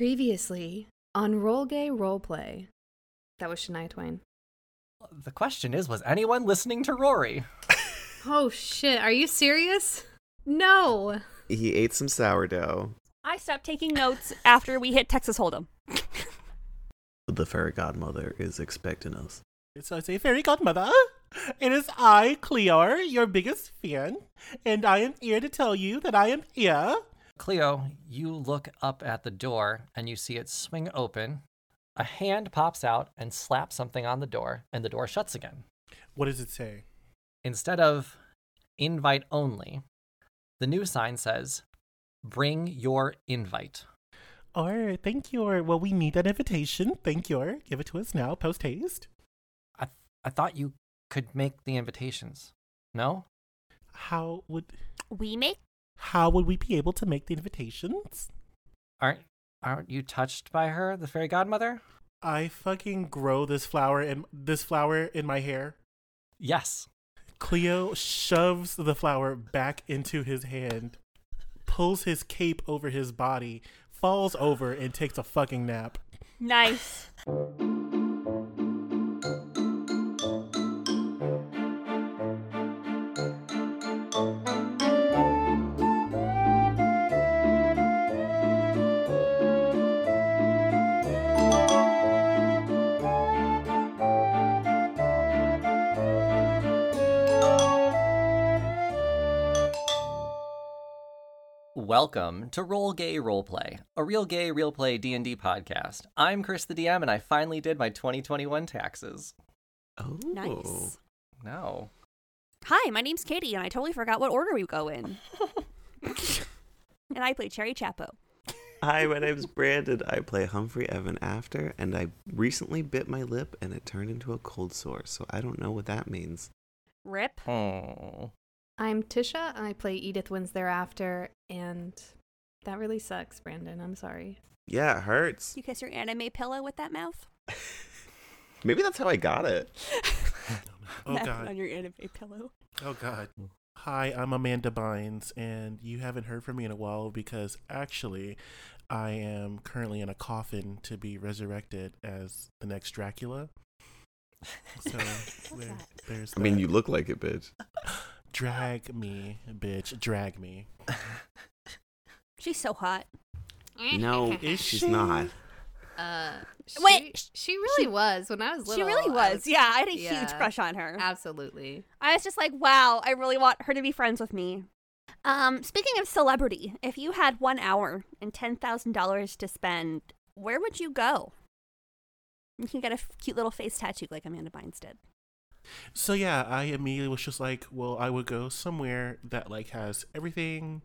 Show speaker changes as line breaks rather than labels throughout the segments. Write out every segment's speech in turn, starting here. Previously on Roll Gay Roleplay. That was Shania Twain.
The question is, was anyone listening to Rory?
Oh shit, are you serious? No.
He ate some sourdough.
I stopped taking notes after we hit Texas Hold'em.
The fairy godmother is expecting us.
So it's a fairy godmother. It is I, Cleor, your biggest fan, and I am here to tell you that I am here.
Cleo, you look up at the door and you see it swing open. A hand pops out and slaps something on the door, and the door shuts again.
What does it say?
Instead of invite only, the new sign says, bring your invite.
Or thank you. Or well, we need an invitation. Thank you. Or give it to us now, post haste.
I, I thought you could make the invitations. No?
How would
We make
how would we be able to make the invitations?
Aren't, aren't you touched by her, the fairy godmother?
I fucking grow this flower in this flower in my hair.
Yes.
Cleo shoves the flower back into his hand, pulls his cape over his body, falls over, and takes a fucking nap.
nice.
Welcome to Roll Gay Roleplay, a real gay real play D&D podcast. I'm Chris the DM and I finally did my 2021 taxes.
Oh,
Nice.
No.
Hi, my name's Katie, and I totally forgot what order we go in. and I play Cherry Chapo.
Hi, my name's Brandon. I play Humphrey Evan After, and I recently bit my lip and it turned into a cold sore, so I don't know what that means.
Rip.
Oh.
I'm Tisha. I play Edith Wins Thereafter, and that really sucks, Brandon. I'm sorry.
Yeah, it hurts.
You kiss your anime pillow with that mouth?
Maybe that's how I got it.
Oh
Mouth
god.
On your anime pillow.
Oh god. Hi, I'm Amanda Bynes, and you haven't heard from me in a while because actually, I am currently in a coffin to be resurrected as the next Dracula. So there, there's.
I mean,
that.
you look like it, bitch.
drag me, bitch. Drag me.
She's so hot.
No,
Is
she's
she?
not.
Uh, she,
Wait, sh-
she really
she-
was when I was little.
she really
I
was. Yeah, I had a huge
yeah.
crush on her.
Absolutely.
I was just like, wow, I really want her to be friends with me. Um, speaking of celebrity, if you had one hour and ten thousand dollars to spend, where would you go? You can get a f- cute little face tattoo like Amanda Bynes did.
So yeah, I immediately was just like, well, I would go somewhere that like has everything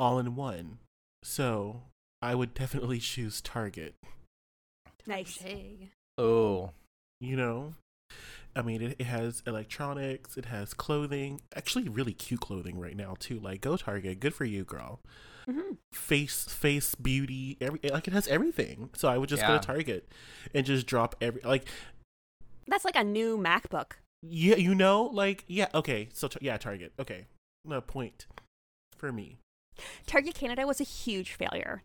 all in one. So I would definitely choose Target.
Nice.
Dang.
Oh.
You know, I mean, it, it has electronics, it has clothing, actually really cute clothing right now too. Like, go Target, good for you, girl.
hmm
Face, face beauty, every like it has everything. So I would just go
Yeah.
to Target and just drop every like
That's like a new MacBook.
Yeah, you know, like yeah, okay. So t- yeah, Target. Okay, no point for me.
Target Canada was a huge failure.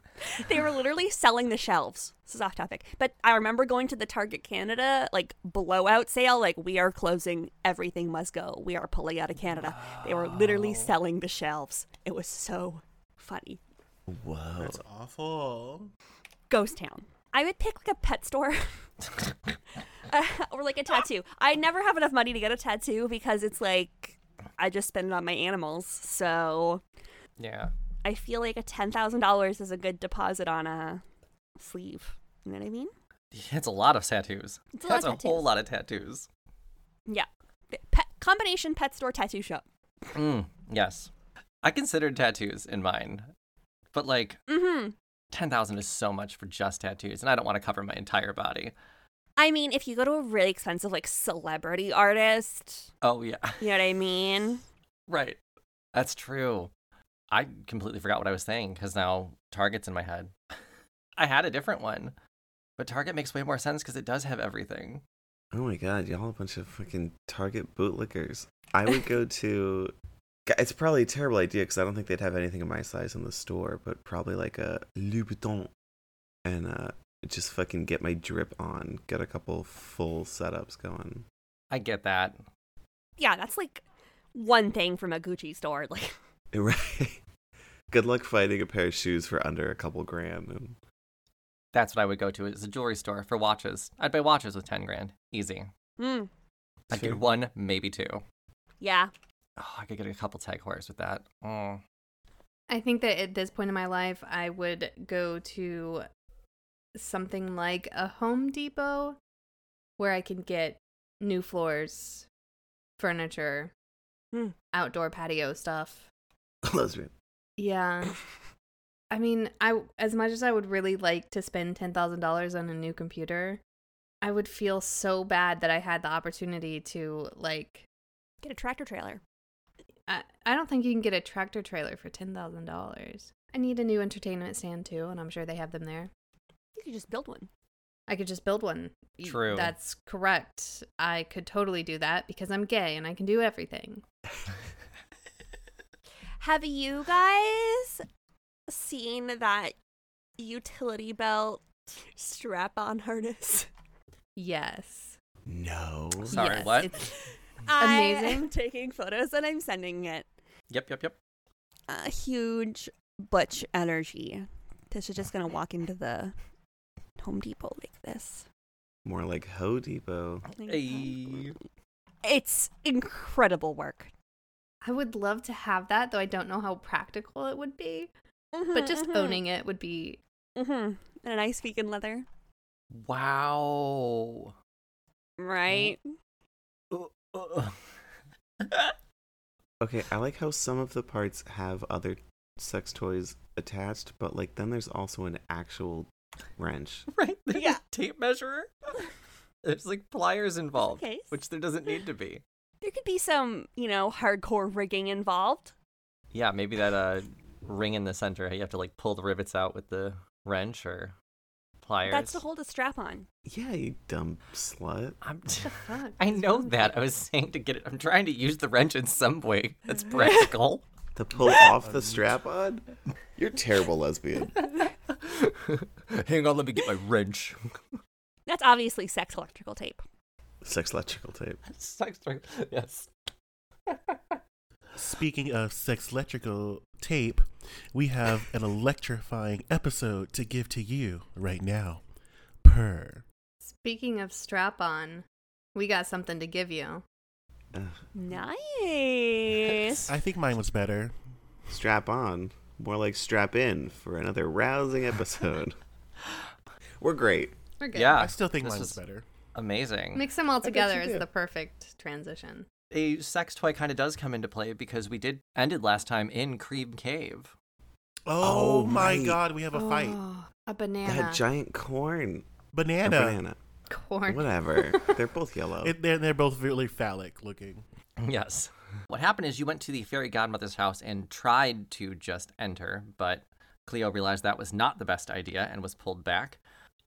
They were literally selling the shelves. This is off topic, but I remember going to the Target Canada like blowout sale. Like we are closing, everything must go. We are pulling out of Canada. They were literally selling the shelves. It was so funny.
Whoa.
That's awful.
Ghost town. I would pick like a pet store uh, or like a tattoo. I never have enough money to get a tattoo because it's like I just spend it on my animals. So
Yeah.
I feel like a ten thousand dollars is a good deposit on a sleeve. You know what I mean?
It's a lot of tattoos.
It's a lot
That's
of
a whole
tattoos.
lot of tattoos.
Yeah. The Pet, combination pet store tattoo shop.
Mm, yes. I considered tattoos in mine, but like
Mm-hmm.
10,000 is so much for just tattoos, and I don't want to cover my entire body.
I mean, if you go to a really expensive like celebrity artist,
Oh, yeah.
you know what I mean?
Right. That's true. I completely forgot what I was saying because now Target's in my head. I had a different one, but Target makes way more sense because it does have everything.
Oh my god, y'all a bunch of fucking Target bootlickers. I would go to. G- It's probably a terrible idea because I don't think they'd have anything of my size in the store, but probably like a Louboutin. and uh, just fucking get my drip on, get a couple full setups going.
I get that.
Yeah, that's like one thing from a Gucci store. Like,
Right. Good luck finding a pair of shoes for under a couple grand. And
That's what I would go to is a jewelry store for watches. I'd buy watches with ten grand, easy.
mm,
I'd
Sure.
get one, maybe two.
yeah,
Oh, I could get a couple tag horse with that. Mm.
I think that at this point in my life, I would go to something like a Home Depot where I can get new floors, furniture,
Hmm.
outdoor patio stuff.
lesbian.
Yeah. I mean, I as much as I would really like to spend $10,000 on a new computer, I would feel so bad that I had the opportunity to like
get a tractor trailer.
I, I don't think you can get a tractor trailer for $10,000. I need a new entertainment stand too, and I'm sure they have them there.
You could just build one.
I could just build one. Y-
True.
That's correct. I could totally do that because I'm gay and I can do everything.
Have you guys seen that utility belt strap on harness?
Yes.
No.
Sorry,
Yes,
what?
it's-
I
Amazing.
am taking photos and I'm sending it.
Yep, yep, yep.
A huge butch energy. This is just gonna walk into the Home Depot like this.
More like Ho Depot.
Ayy.
It's incredible work.
I would love to have that, though I don't know how practical it would be. But just owning it would be.
Mm-hmm. And a nice vegan leather,
Wow.
right?
Ooh, ooh.
Okay, I like how some of the parts have other sex toys attached, but like then there's also an actual wrench.
right? There's
Yeah.
a tape measure. There's like pliers involved,
case.
which there doesn't need to be.
There could be some, you know, hardcore rigging involved.
Yeah, maybe that uh ring in the center. You have to like pull the rivets out with the wrench or pliers.
That's to hold a strap on.
Yeah, you dumb slut.
I'm
What the fuck?
I know that. I was saying to get it. I'm trying to use the wrench in some way that's practical.
To pull off the strap on? You're a terrible lesbian.
Hang on, let me get my wrench.
That's obviously sex electrical tape.
Sex electrical tape.
Sex ring. Yes.
Speaking of sex electrical tape, we have an electrifying episode to give to you right now. Per.
Speaking of strap on, we got something to give you.
Ugh.
Nice.
I think mine was better.
Strap on. More like strap in for another rousing episode. We're great.
We're good.
Ah,
Yeah.
I still think
this
mine was
was-
better.
Amazing.
Mix them all
bet
together
you
is
do.
the perfect transition.
a sex toy kind of does come into play because we did ended last time in Cream Cave.
Oh,
Oh,
my
right.
god, we have a fight.
Oh, a banana.
That giant corn. Or
Banana.
banana.
corn.
Whatever. They're both yellow.
It, they're, they're both really phallic looking.
Yes. What happened is you went to the fairy godmother's house and tried to just enter, but Cleo realized that was not the best idea and was pulled back.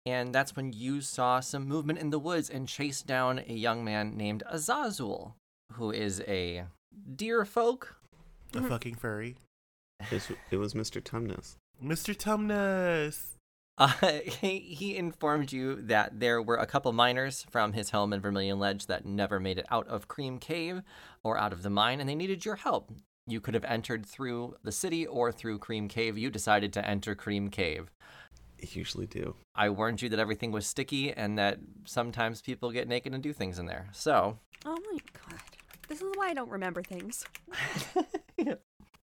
And that's when you saw some movement in the woods and chased down a young man named Azazul, who is a deer folk.
Mm-hmm.
A fucking furry.
It's- it was Mr. Tumnus.
Mr. Tumnus.
Uh, he, he informed you that there were a couple miners from his home in Vermilion Ledge that never made it out of Cream Cave or out of the mine, and they needed your help. You could have entered through the city or through Cream Cave. You decided to enter Cream Cave.
I usually do.
I warned you that everything was sticky and that sometimes people get naked and do things in there. So,
Oh my god. This is why I don't remember things.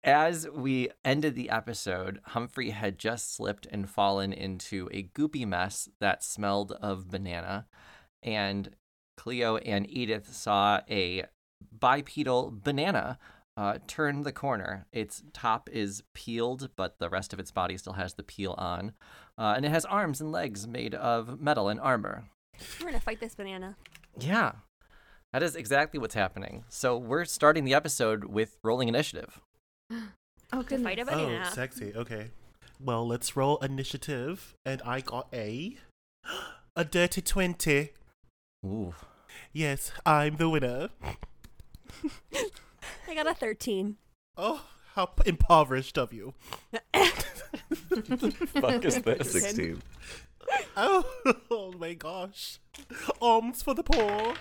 as we ended the episode, Humphrey had just slipped and fallen into a goopy mess that smelled of banana. And Cleo and Edith saw a bipedal banana uh, turn the corner. Its top is peeled, but the rest of its body still has the peel on. Uh, and it has arms and legs made of metal and armor.
We're gonna fight this banana.
Yeah, that is exactly what's happening. So we're starting the episode with rolling initiative.
Oh,
To fight
goodness.
a banana.
Oh, sexy. Okay. Well, let's roll initiative, and I got a a dirty twenty.
Ooh.
Yes, I'm the winner.
I got a 13.
Oh, How p- impoverished of you.
fuck is this?
16.
Oh, oh my gosh. Alms for the poor.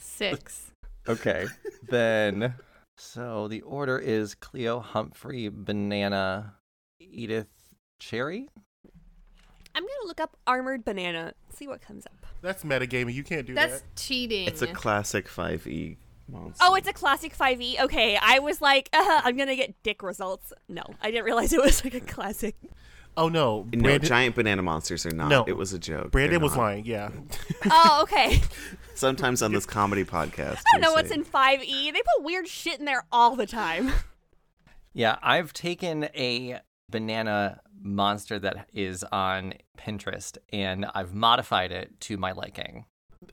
Six.
Okay. Then so the order is Cleo Humphrey, Banana, Edith Cherry.
I'm gonna look up armored banana. See what comes up.
That's metagaming. You can't do
That's
that.
cheating.
It's a classic 5e monster.
Oh, it's a classic 5e. Okay, I was like, uh, I'm gonna get dick results. No, I didn't realize it was like a classic.
Oh no.
No,
Brandon,
giant banana monsters are not.
No.
It was a joke. They're
Brandon was
not.
lying. Yeah.
Oh, okay.
Sometimes on this comedy podcast.
I
we
don't know what's
say-
in 5e. They put weird shit in there all the time.
Yeah, I've taken a banana monster that is on Pinterest and I've modified it to my liking.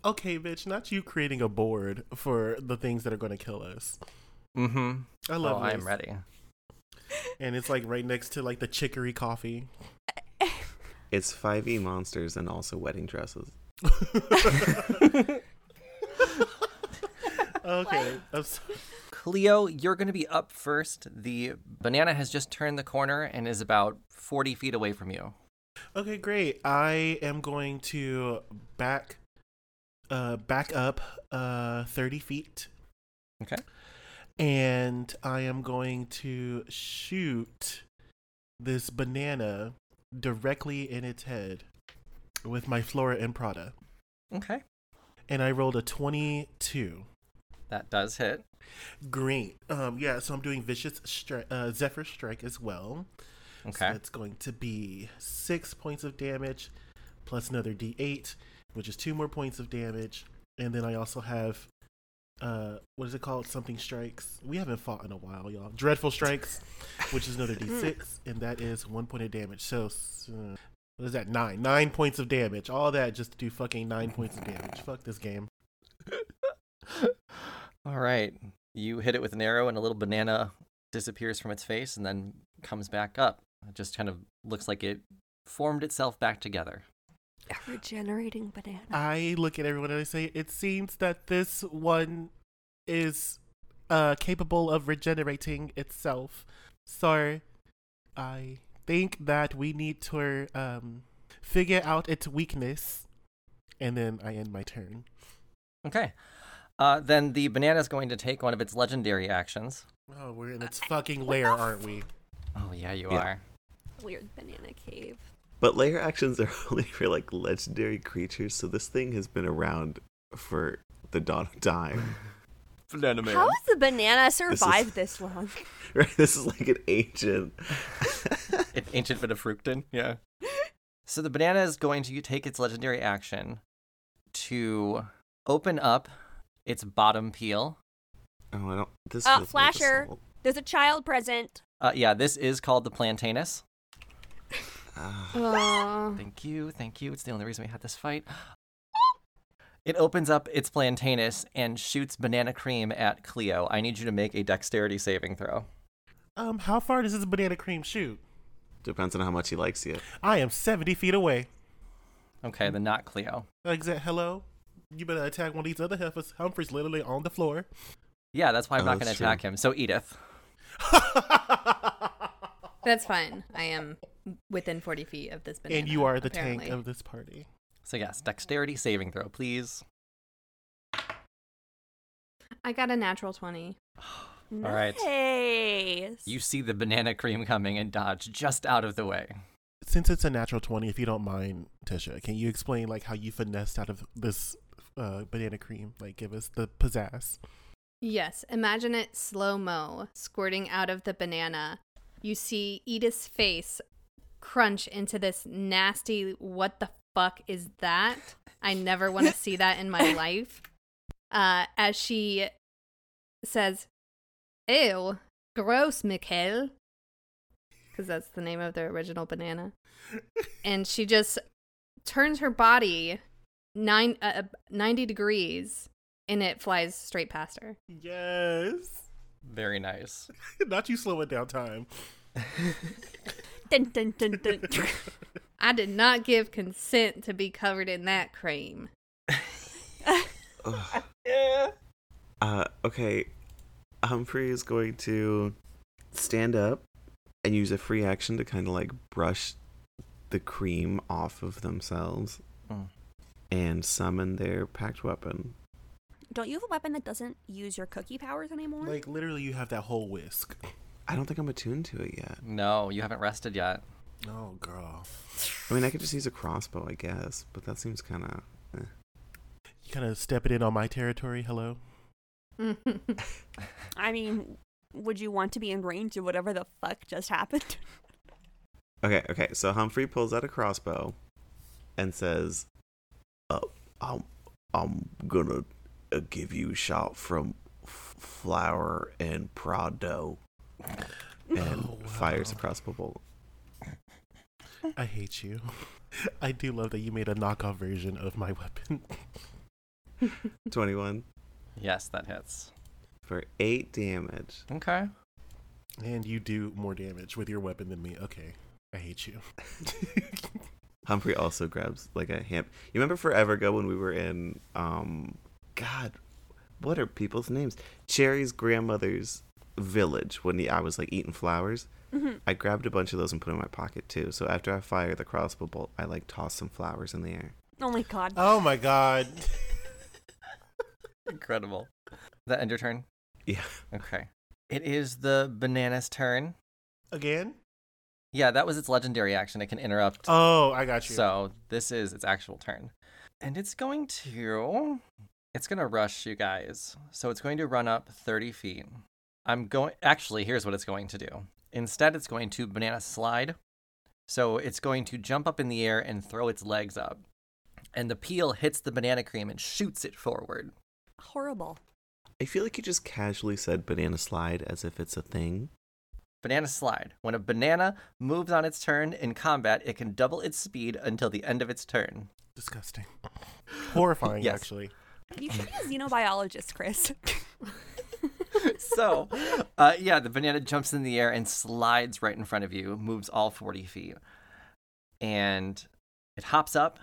okay, bitch. Not you creating a board for the things that are going to kill us.
Mm-hmm.
I love
oh, I am
this.
ready.
And it's like right next to like the chicory coffee.
It's 5e monsters and also wedding dresses.
Okay. I'm so-
Cleo, you're going to be up first. The banana has just turned the corner and is about 40 feet away from you.
Okay, great. I am going to back uh back up uh 30 feet
Okay.
and I am going to shoot this banana directly in its head with my Flora and Prada.
Okay.
And I rolled a 22.
That does hit.
Green. Um yeah, so I'm doing vicious stri- uh, Zephyr strike as well. So
Okay.
that's going to be six points of damage plus another d8, which is two more points of damage. And then I also have, uh, what is it called? Something strikes. We haven't fought in a while, y'all. Dreadful strikes, which is another d6, and that is one point of damage. So, s- uh, what is that? Nine. Nine points of damage. All that just to do fucking nine points of damage. Fuck this game.
All right. You hit it with an arrow, and a little banana disappears from its face and then comes back up. It just kind of looks like it formed itself back together.
Regenerating banana.
I look at everyone and I say, it seems that this one is uh, capable of regenerating itself. So I think that we need to um, figure out its weakness. And then I end my turn.
Okay. Uh, then the banana is going to take one of its legendary actions.
Oh, we're in
Uh,
its fucking lair, aren't we?
Oh, yeah, you
Yeah.
are.
Weird banana cave.
But layer actions are only for like legendary creatures, so this thing has been around for the dawn of time.
Banana man.
How has the banana
is-
survived this, long?
Right? This is like an ancient.
An ancient bit of fructan. Yeah. So the banana is going to take its legendary action to open up its bottom peel.
Oh, I don't. This
Uh,
feels like
Flasher.
assault.
There's a child present.
Uh, yeah, this is called the plantainus.
Ah,
Aw.
Thank you, thank you. It's the only reason we had this fight. It opens up its plantainus and shoots banana cream at Cleo. I need you to make a dexterity saving throw.
Um, how far does this banana cream shoot?
depends on how much he likes you.
I am 70 feet away.
Okay, then not Cleo.
Exit, hello? You better attack one of these other heifers. Humphrey's literally on the floor.
Yeah, that's why I'm
Oh,
not going to
that's
attack
true.
him. So Edith.
That's fine. I am within 40 feet of this banana.
and you are the
apparently.
tank of this party.
So yes, dexterity saving throw, please.
I got a natural 20.
All right.
Nice.
You see the banana cream coming and dodge just out of the way.
Since it's a natural 20, if you don't mind, Tisha, can you explain like how you finessed out of this uh, banana cream? Like give us the pizzazz.
Yes, imagine it slow mo, squirting out of the banana. You see Edith's face crunch into this nasty, what the fuck is that? I never want to see that in my life. Uh, as she says, Ew, gross, Mikhail. Because that's the name of the original banana. And she just turns her body nine, uh, uh, 90 degrees and it flies straight past her.
Yes.
Very nice.
Not you slowing down time.
Dun, dun, dun, dun.
I did not give consent to be covered in that cream.
Ugh. Uh, okay. Humphrey is going to stand up and use a free action to kind of like brush the cream off of themselves
Mm.
and summon their packed weapon.
Don't you have a weapon that doesn't use your cookie powers anymore?
Like literally, you have that whole whisk.
I don't think I'm attuned to it yet.
No, you haven't rested yet.
Oh, girl.
I mean, I could just use a crossbow, I guess, but that seems eh. kind of.
You kind of stepping in on my territory. Hello.
I mean, would you want to be in range of whatever the fuck just happened?
Okay, okay. So Humphrey pulls out a crossbow and says, uh, "I'm, I'm gonna uh, give you a shot from F- Flower and Prado," and
Oh, wow.
fires the crossbow bolt.
I hate you. I do love that you made a knockoff version of my weapon.
Twenty-one
Yes, that hits.
for eight damage.
Okay.
And you do more damage with your weapon than me. Okay. I hate you.
Humphrey also grabs like a hand. You remember forever ago when we were in, um, God, what are people's names? Cherry's grandmother's village when the, I was like eating flowers.
Mm-hmm.
I grabbed a bunch of those and put them in my pocket too. So after I fire the crossbow bolt, I like toss some flowers in the air.
Oh my god.
Oh my god.
Incredible. That end your turn?
Yeah.
Okay. It is the banana's turn.
Again?
Yeah, that was its legendary action. It can interrupt.
Oh, I got you.
So this is its actual turn. And it's going to it's gonna rush you guys. So it's going to run up 30 feet. I'm going actually here's what it's going to do. Instead, it's going to banana slide. So it's going to jump up in the air and throw its legs up. And the peel hits the banana cream and shoots it forward.
Horrible.
I feel like you just casually said banana slide as if it's a thing.
Banana slide. When a banana moves on its turn in combat, it can double its speed until the end of its turn.
Disgusting. Horrifying,
Yes.
actually.
You should be a xenobiologist, Chris.
so, uh, yeah, the banana jumps in the air and slides right in front of you, moves all 40 feet. And it hops up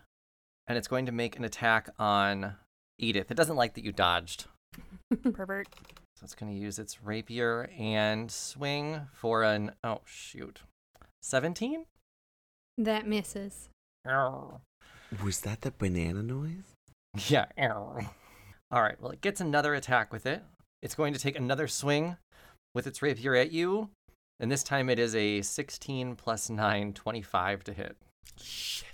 and it's going to make an attack on Edith. It doesn't like that you dodged.
Pervert.
So it's going to use its rapier and swing for an, oh, shoot, 17?
that misses.
Was that the banana noise?
Yeah. ow. All right. Well, it gets another attack with it. It's going to take another swing with its rapier at you. And this time it is a 16 plus 9, 25 to hit.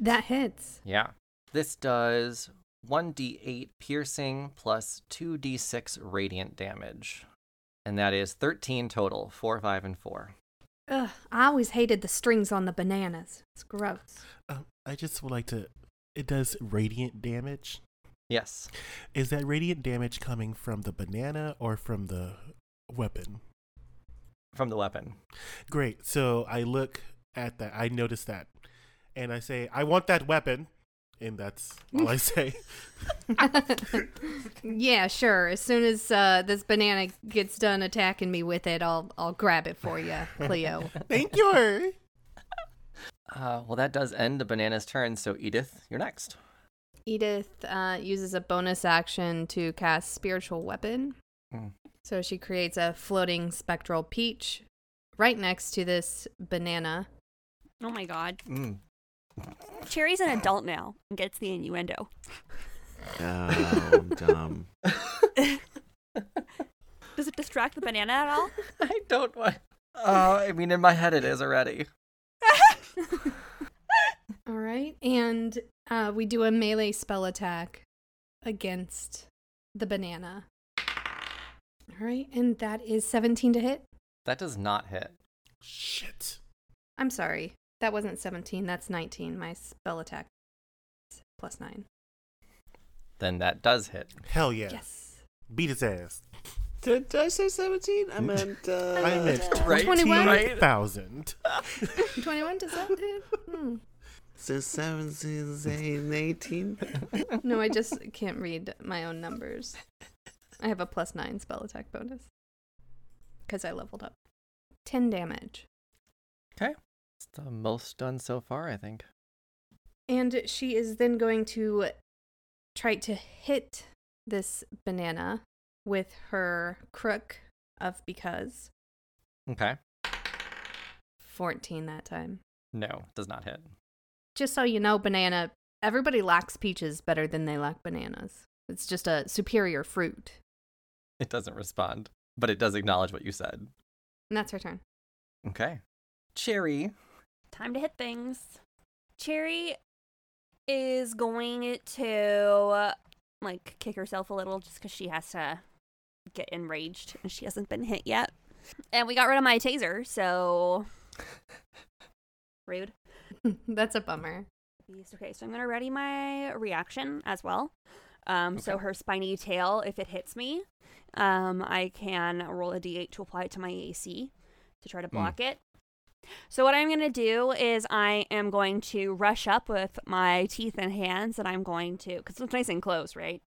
That hits.
Yeah. This does 1d8 piercing plus 2d6 radiant damage. And that is 13 total 4, 5, and 4.
Ugh, I always hated the strings on the bananas. It's gross.
Um, I just would like to. It does radiant damage.
Yes.
Is that radiant damage coming from the banana or from the weapon?
From the weapon.
Great. So I look at that. I notice that. And I say, I want that weapon. And that's all I say.
yeah, sure. As soon as uh, this banana gets done attacking me with it, I'll I'll grab it for you, Cleo.
Thank you.
Uh, well, that does end the banana's turn. So, Edith, you're next.
Edith uh, uses a bonus action to cast Spiritual Weapon.
Hmm.
So she creates a floating spectral peach right next to this banana.
Oh my god.
Mm.
Cherry's an adult now and gets the innuendo.
Oh, I'm dumb.
Does it distract the banana at all?
I don't want. Oh, I mean, in my head it is already.
All right. And uh, we do a melee spell attack against the banana. All right. And that is 17 to hit.
That does not hit.
Shit.
I'm sorry. That wasn't 17. That's 19. My spell attack is plus nine.
Then that does hit.
Hell yeah.
Yes.
Beat his ass.
Did, did I say 17? I meant. Uh,
I meant
Right,
21?
13,000.
21 does that hit? Hmm.
So 17, 18.
No, I just can't read my own numbers. I have a plus nine spell attack bonus because I leveled up. 10 damage.
It's the most done so far, I think.
And she is then going to try to hit this banana with her crook of because
Okay.
14 that time.
No, does not hit.
Just so you know, banana, everybody lacks peaches better than they lack bananas. It's just a superior fruit.
It doesn't respond, but it does acknowledge what you said.
And that's her turn.
Okay. Cherry.
Time to hit things. Cherry is going to like kick herself a little just because she has to get enraged and she hasn't been hit yet. And we got rid of my taser, so rude.
that's a bummer.
Beast. Okay, so I'm gonna ready my reaction as well. Um, so
Okay.
her spiny tail, if it hits me, um, I can roll a d8 to apply it to my AC to try to block it. So what I'm gonna do is I am going to rush up with my teeth and hands, and I'm going to because it's nice and close, right?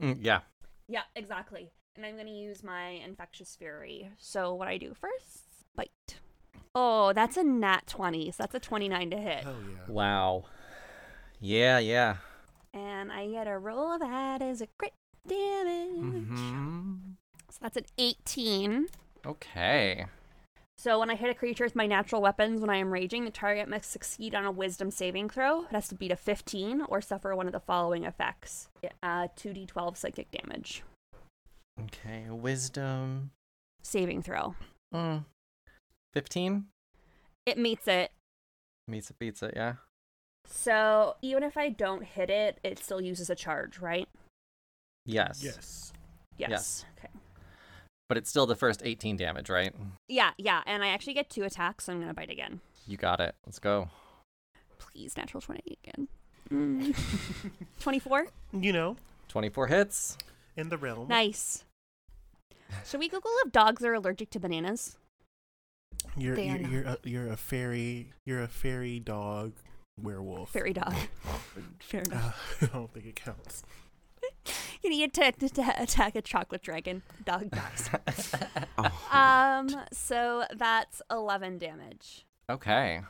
Mm, yeah.
Yeah, exactly. And I'm gonna use my infectious fury. So what I do first, bite. Oh, that's a nat 20, so that's a 29 to hit.
Hell yeah.
Wow. Yeah, yeah.
And I get a roll of that as a crit damage.
Mhm.
So that's an 18.
Okay.
So when I hit a creature with my natural weapons when I am raging, the target must succeed on a wisdom saving throw. It has to beat a 15 or suffer one of the following effects uh, 2d12 psychic damage.
Okay. Wisdom.
Saving throw.
Mm. 15?
It meets it.
Meets it, beats it, yeah.
So even if I don't hit it, it still uses a charge, right?
Yes.
Yes.
Yes.
Okay.
But it's still the first 18 damage, right?
Yeah, yeah. And I actually get two attacks, so I'm going to bite again.
You got it. Let's go.
Please, natural 20 again. Mm. 24?
You know,
24 hits.
in the realm.
Nice. Should we Google if dogs are allergic to bananas?
You're
They are
you're
not.
you're a, you're a fairy. You're a fairy dog werewolf.
Fairy dog. Fair enough.
Uh, I don't think it counts.
You need to, to, to attack a chocolate dragon. Dog dies.
Oh,
um, so that's 11 damage.
Okay.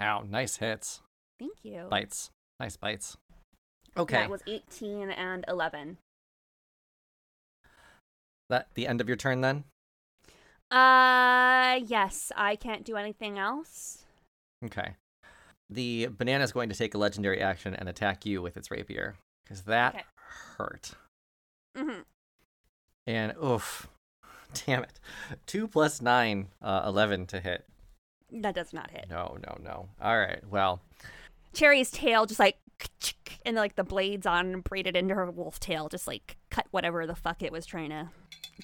Ow, nice hits.
Thank you.
Bites. Nice bites.
That
Okay.
was 18 and 11.
That the end of your turn then?
Uh, yes, I can't do anything else.
Okay. The banana is going to take a legendary action and attack you with its rapier because that
Okay.
hurt.
hmm
And oof, damn it. Two plus nine, uh, eleven to hit.
That does not hit.
No, no, no. All right. Well,
Cherry's tail just like, k-chick, and like the blades on braided into her wolf tail, just like cut whatever the fuck it was trying to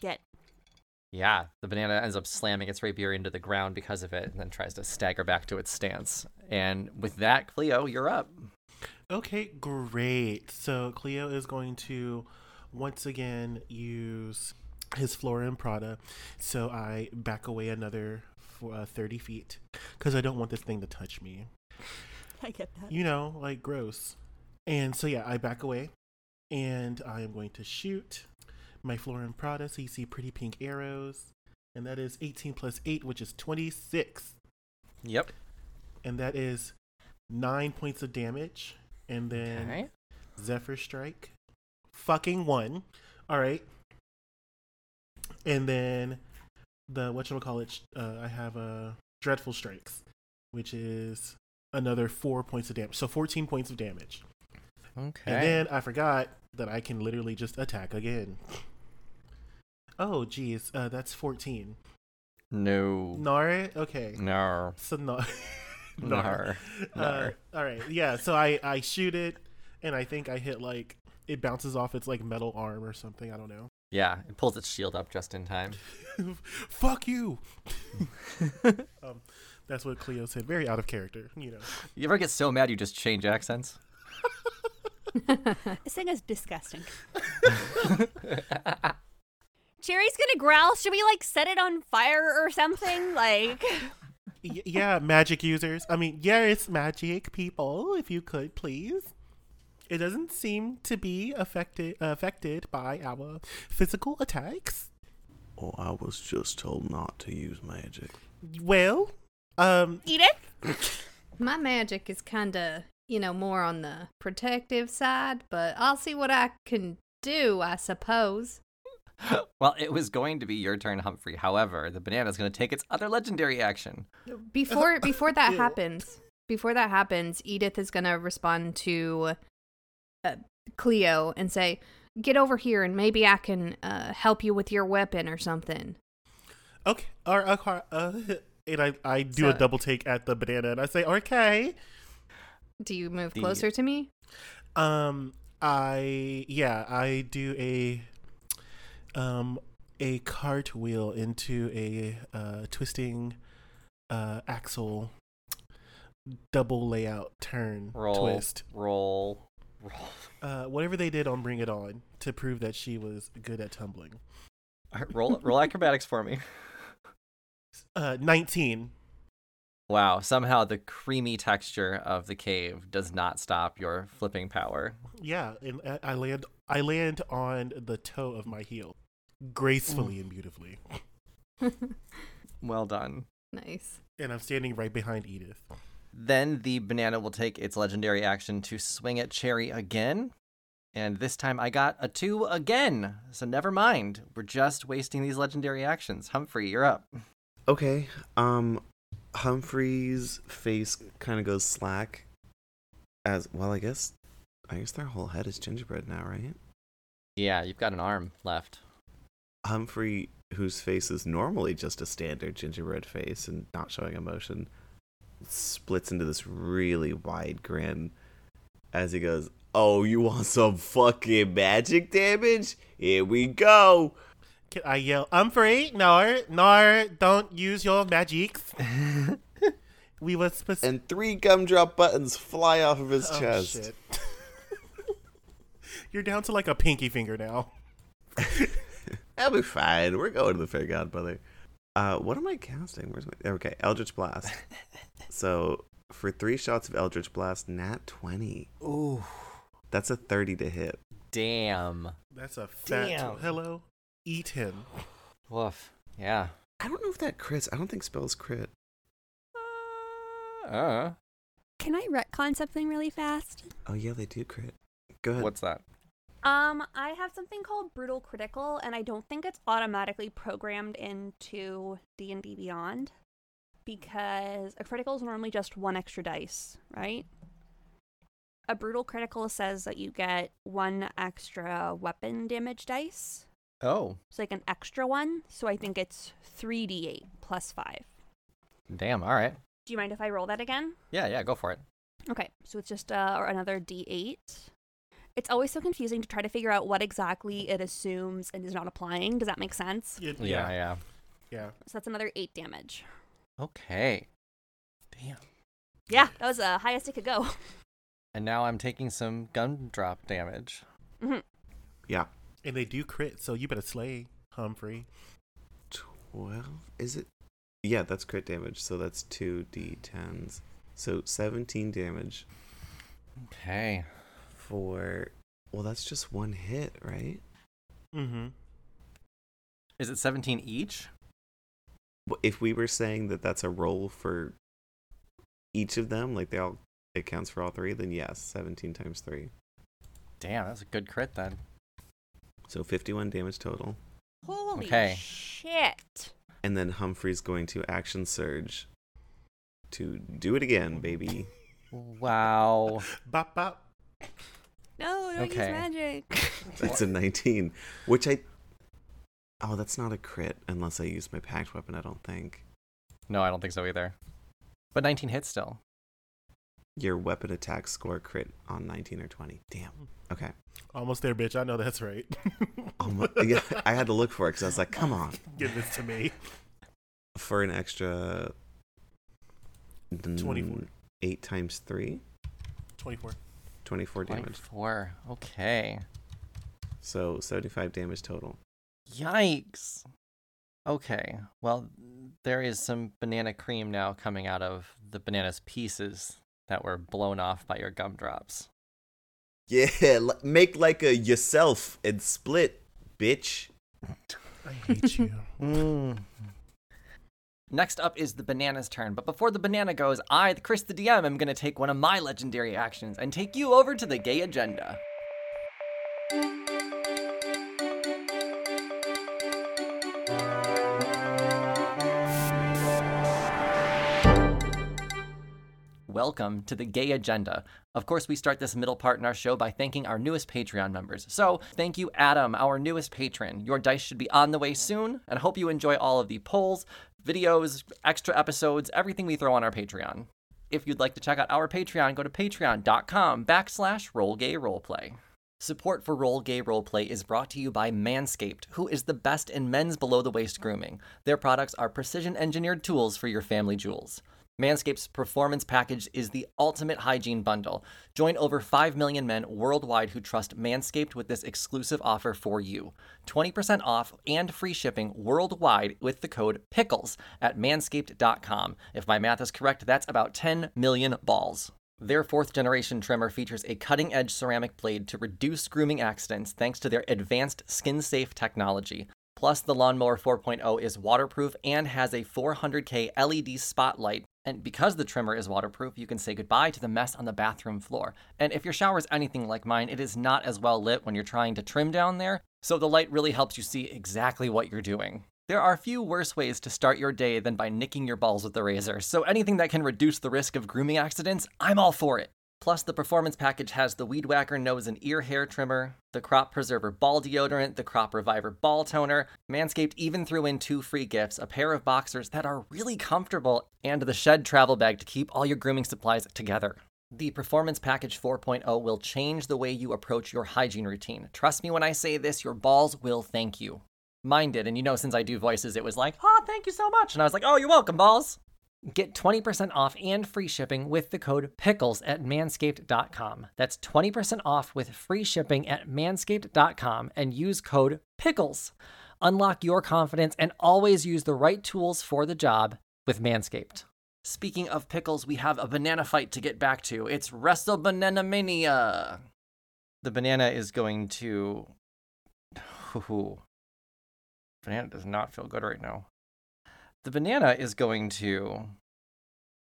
get.
yeah. The banana ends up slamming its rapier into the ground because of it, and then tries to stagger back to its stance. And with that, Cleo, you're up.
Okay, great. So Cleo is going to once again use his Flora and Prada. So I back away another for, uh, 30 feet because I don't want this thing to touch me.
I get that.
You know, like gross. And so yeah, I back away and I am going to shoot my Flora and Prada. So you see pretty pink arrows. And that is 18 plus 8, which is 26.
Yep.
And that is 9 points of damage. And then.
Okay.
Zephyr Strike. Fucking one. All right. And then the what shall call it? Uh, I have uh, Dreadful Strikes, which is another four points of damage. So fourteen points of damage.
Okay.
And then I forgot that I can literally just attack again. Oh geez, uh, that's fourteen.
no.
Nara.
Mm.
Okay.
No.
So no.
Nar.
Uh,
Nar.
all right, yeah. So I I shoot it, and I think I hit like it bounces off its like metal arm or something. I don't know.
Yeah, it pulls its shield up just in time.
Fuck you. um, that's what Cleo said. Very out of character, you know.
You ever get so mad you just change accents?
This thing is disgusting. Cherry's gonna growl. Should we like set it on fire or something? Like,
Y- yeah, magic users. I mean, yeah, it's magic people. If you could please. It doesn't seem to be affected affected by our physical attacks.
oh, I was just told not to use magic.
Well, um,
Edith?
My magic is kind of, you know, more on the protective side, but I'll see what I can do, I suppose.
well, it was going to be your turn, Humphrey. However, the banana is going to take its other legendary action.
Before before that happens, before that happens, Edith is gonna respond to uh, Cleo and say, "Get over here, and maybe I can uh, help you with your weapon or something."
Okay. Or uh, uh, and I, I do a
So-
double take at the banana and I say, okay.
Do you move
The-
closer to me?
Um, I yeah, I do a um a cartwheel into a uh, twisting uh, axle double layout turn
Roll,
twist.
roll, roll.
Uh, whatever they did on Bring It On to prove that she was good at tumbling.
All right, roll, roll acrobatics for me.
Uh, Nineteen.
Wow, somehow the creamy texture of the cave does not stop your flipping power.
Yeah, and I- I land I land on the toe of my heel gracefully and beautifully,
Well done.
nice.
and I'm standing right behind Edith.
Then the banana will take its legendary action to swing at Cherry again. And this time I got a two again. So never mind. We're just wasting these legendary actions. Humphrey, you're up.
Okay. Um, Humphrey's face kind of goes slack. As well, I guess. I guess their whole head is gingerbread now, right?
Yeah, you've got an arm left.
Humphrey, whose face is normally just a standard gingerbread face and not showing emotion, splits into this really wide grin as he goes, "Oh, you want some fucking magic damage? Here we go!"
Can I yell, I'm free? No, no, don't use your magics. we were supposed
And three gumdrop buttons fly off of his
Oh,
chest.
shit. You're down to like a pinky finger now.
That'll be fine. We're going to the fair godmother. Uh, what am I casting? Where's my okay? Eldritch blast. so for three shots of Eldritch blast, nat twenty.
Ooh.
That's a thirty to hit.
Damn.
That's a fat.
Damn.
Hello? Eat him.
Woof. Yeah.
I don't know if that crits. I don't think spells crit.
Uh,
Can I retcon something really fast?
Oh yeah, they do crit. Go ahead.
what's that?
Um, I have something called brutal critical, and I don't think it's automatically programmed into D and D Beyond because a critical is normally just one extra dice, right? A brutal critical says that you get one extra weapon damage dice,
Oh,
so like an extra one. So I think it's three D eight plus five.
damn. All right.
Do you mind if I roll that again?
Yeah, yeah, go for it.
Okay, so it's just uh, or another D8. It's always so confusing to try to figure out what exactly it assumes and is not applying. Does that make sense?
Yeah.
Yeah,
Yeah.
yeah.
yeah.
So that's another 8 damage.
Okay. Damn.
Yeah, that was the highest it could go.
And now I'm taking some gumdrop damage.
Mhm.
Yeah,
And they do crit, so you better slay, Humphrey.
twelve. Is it? Yeah, that's crit damage. So that's two d10s. So seventeen damage
Okay.
for. Well, that's just one hit, right?
Mm-hmm.
Is it 17 each?
W- If we were saying that that's a roll for each of them, like they all it counts for all three, then yes, seventeen times three,
Damn, that's a good crit then.
so fifty-one damage total.
Holy
Okay.
shit.
And then Humphrey's going to action surge to do it again, baby.
Wow.
Bop bop.
No, don't use
Okay.
magic.
That's a 19, which I. Oh, that's not a crit unless I use my packed weapon, I don't think.
no, I don't think so either. But 19 hits still.
Your weapon attack score crit on 19 or 20. Damn. Okay.
Almost there, bitch. I know that's right.
Oh my, yeah, I had to look for it because I was like, come on.
Give this to me.
For an extra.
24.
8 times 3,
24.
24 damage.
24. Okay.
So 75 damage total.
Yikes. Okay. Well, there is some banana cream now coming out of the banana's pieces that were blown off by your gumdrops.
Yeah, li- make like a yourself and split, bitch.
I hate you.
Hmm. Next up is the banana's turn, but before the banana goes, I, Chris the DM, am going to take one of my legendary actions and take you over to the gay agenda. welcome to the Gay Agenda. Of course, we start this middle part in our show by thanking our newest Patreon members. So, thank you, Adam, our newest patron. Your dice should be on the way soon, and I hope you enjoy all of the polls, videos, extra episodes, everything we throw on our Patreon. If you'd like to check out our Patreon, go to patreon.com backslash rollgayroleplay. Support for Roll Gay Roleplay is brought to you by Manscaped, who is the best in men's below the waist grooming. Their products are precision engineered tools for your family jewels. Manscaped's performance package is the ultimate hygiene bundle. Join over 5 million men worldwide who trust Manscaped with this exclusive offer for you 20% off and free shipping worldwide with the code PICKLES at manscaped.com. If my math is correct, that's about 10 million balls. Their fourth generation trimmer features a cutting edge ceramic blade to reduce grooming accidents thanks to their advanced skin safe technology. Plus, the Lawnmower 4.0 is waterproof and has a 400K LED E spotlight. And because the trimmer is waterproof, you can say goodbye to the mess on the bathroom floor. And if your shower is anything like mine, it is not as well lit when you're trying to trim down there, so the light really helps you see exactly what you're doing. There are few worse ways to start your day than by nicking your balls with a razor, so anything that can reduce the risk of grooming accidents, I'm all for it. Plus, the performance package has the Weed Whacker nose and ear hair trimmer, the Crop Preserver ball deodorant, the Crop Reviver ball toner. Manscaped even threw in two free gifts a pair of boxers that are really comfortable, and the Shed travel bag to keep all your grooming supplies together. The Performance Package 4.0 will change the way you approach your hygiene routine. Trust me when I say this, your balls will thank you. Mine did, and you know, since I do voices, it was like, oh, thank you so much. And I was like, oh, you're welcome, balls. Get 20% off and free shipping with the code PICKLES at manscaped.com. That's 20% off with free shipping at manscaped.com and use code PICKLES. Unlock your confidence and always use the right tools for the job with Manscaped. Speaking of pickles, we have a banana fight to get back to. It's Wrestle Banana Mania. The banana is going to. Banana does not feel good right now the banana is going to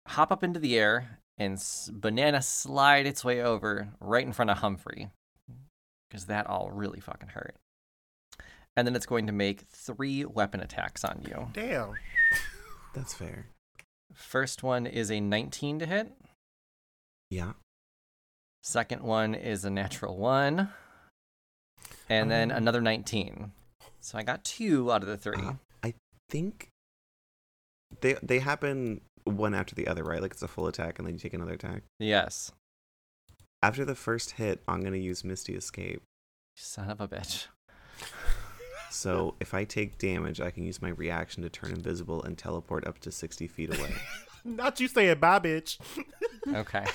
hop up into the air and s- banana slide its way over right in front of Humphrey because that all really fucking hurt. And then it's going to make three weapon attacks on you.
Damn.
That's fair.
First one is a 19 to hit.
Yeah.
Second one is a natural one. And then
Um.
another 19. So I got two out of the three.
Uh-huh.
Uh, I think they they happen one after the other, right? Like it's a full attack and then you take another attack.
Yes.
After the first hit, I'm gonna use Misty Escape.
Son of a bitch.
So if I take damage, I can use my reaction to turn invisible and teleport up to sixty feet away.
Not you saying bye, bitch.
Okay.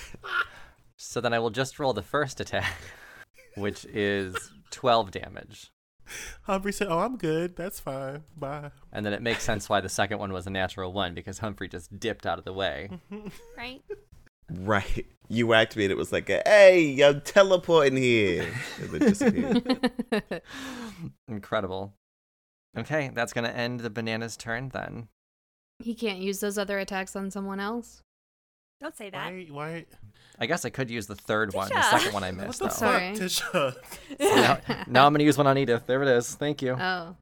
So then I will just roll the first attack, which is 12 damage.
Humphrey said, "Oh, I'm good. That's fine. Bye."
And then it makes sense why the second one was a natural one because Humphrey just dipped out of the way.
right?
right. You whacked me and it was like, a, "Hey, I'm teleporting here," and then disappeared.
Incredible. Okay, that's going to end the banana's turn then.
he can't use those other attacks on someone else.
Don't say that.
Why? Why?
I guess I could use the third one, the
Tisha.
second one I missed though.
what the
Sorry.
fuck, Tisha?
Now, now I'm going to use one on Edith. There it is. Thank you.
Oh,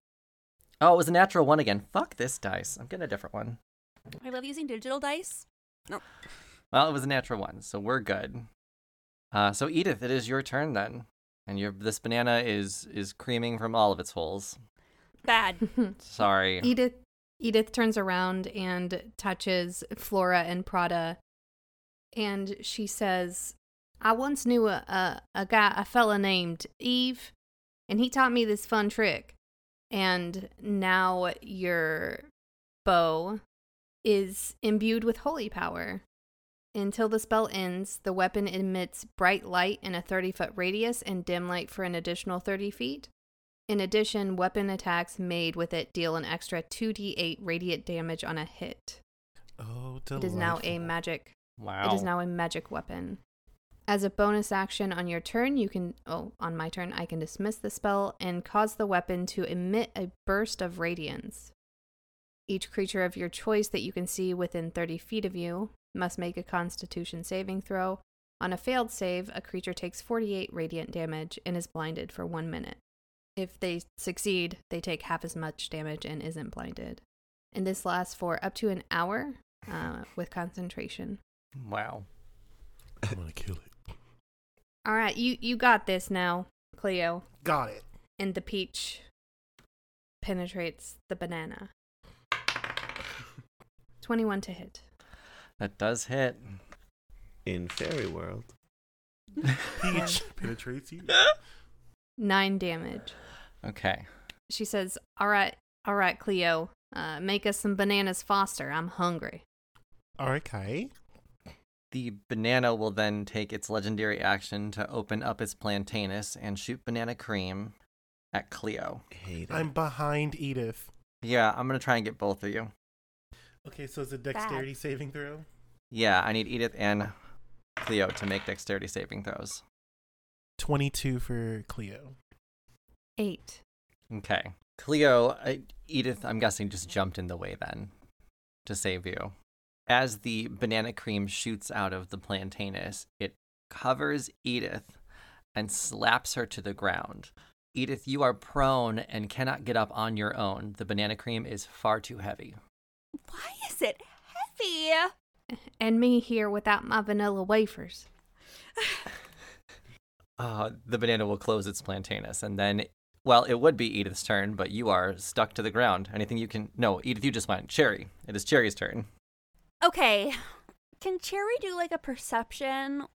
Oh, it was a natural one again. Fuck this dice. I'm getting a different one.
I love using digital dice.
Well, it was a natural one, so we're good. Uh, so Edith, it is your turn then, and your this banana is is creaming from all of its holes.
Bad.
Sorry.
Edith. Edith turns around and touches Flora and Prada, and she says, "I once knew a a, a guy, a fella named Eve, and he taught me this fun trick. And now your bow is imbued with holy power." Until the spell ends, the weapon emits bright light in a 30 foot radius and dim light for an additional 30 feet. In addition, weapon attacks made with it deal an extra 2d8 radiant damage on a hit.
Oh, delightful.
It is now a magic.
wow.
It is now a magic weapon. As a bonus action on your turn, you can oh, on my turn I can dismiss the spell and cause the weapon to emit a burst of radiance. Each creature of your choice that you can see within 30 feet of you must make a constitution saving throw. On a failed save, a creature takes 48 radiant damage and is blinded for 1 minute. If they succeed, they take half as much damage and isn't blinded. And this lasts for up to an hour uh, with concentration.
Wow.
I'm gonna kill it.
All right, you you got this now, Cleo.
Got it.
And the peach penetrates the banana. 21 to hit.
That does hit.
in fairy world.
Peach penetrates you.
9 damage.
Okay.
She says, "All right, all right, Cleo. Uh, make us some bananas Foster. I'm hungry."
All right, Kai.
The banana will then take its legendary action to open up its plantainus and shoot banana cream at Cleo.
Hate it.
I'm behind Edith.
Yeah, I'm going to try and get both of you.
Okay, so it's a dexterity saving throw.
Yeah, I need Edith and Cleo to make dexterity saving throws.
22 for Cleo.
8.
Okay. Cleo, uh, Edith, I'm guessing, just jumped in the way then to save you. As the banana cream shoots out of the plantainus, it covers Edith and slaps her to the ground. Edith, you are prone and cannot get up on your own. The banana cream is far too heavy.
Why is it heavy?
And me here without my vanilla wafers.
Uh, the banana will close its plantainus, and then, well, it would be Edith's turn, but you are stuck to the ground. Anything you can. No, Edith, you just went. Cherry. It is Cherry's turn.
Okay. Can Cherry do like a perception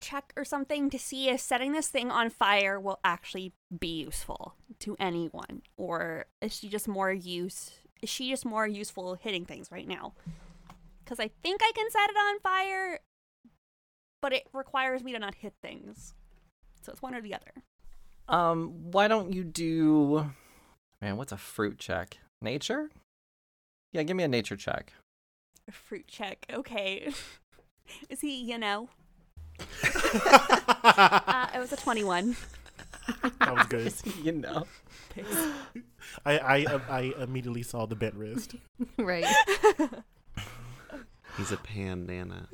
check or something to see if setting this thing on fire will actually be useful to anyone? Or is she just more use is she just more useful hitting things right now? Cause I think I can set it on fire, but it requires me to not hit things. So it's one or the other.
Um, why don't you do Man, what's a fruit check? Nature? Yeah, give me a nature check.
A fruit check. Okay. is he, you know? Uh, it was a 21.
That was good.
you know.
I, I, I immediately saw the bent wrist.
right.
He's a pan nana.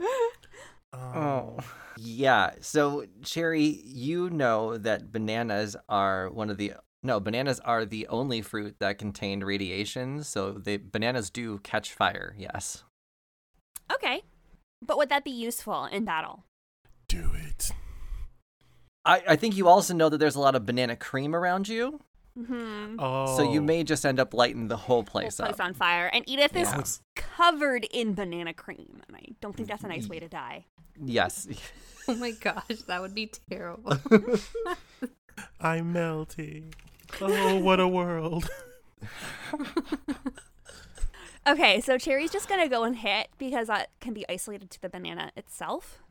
Um,
Oh. Yeah. So, Cherry, you know that bananas are one of the no, bananas are the only fruit that contained radiation, so they bananas do catch fire, yes.
Okay. But would that be useful in battle?
Do it.
I, I think you also know that there's a lot of banana cream around you.
Mm-hmm.
Oh.
So you may just end up lighting the whole place up.
on fire. And Edith is
Yeah.
covered in banana cream. And I don't think that's a nice way to die.
Yes.
Oh my gosh, that would be terrible.
I'm melting. Oh, what a world.
Okay, so Cherry's just going to go and hit because that can be isolated to the banana itself.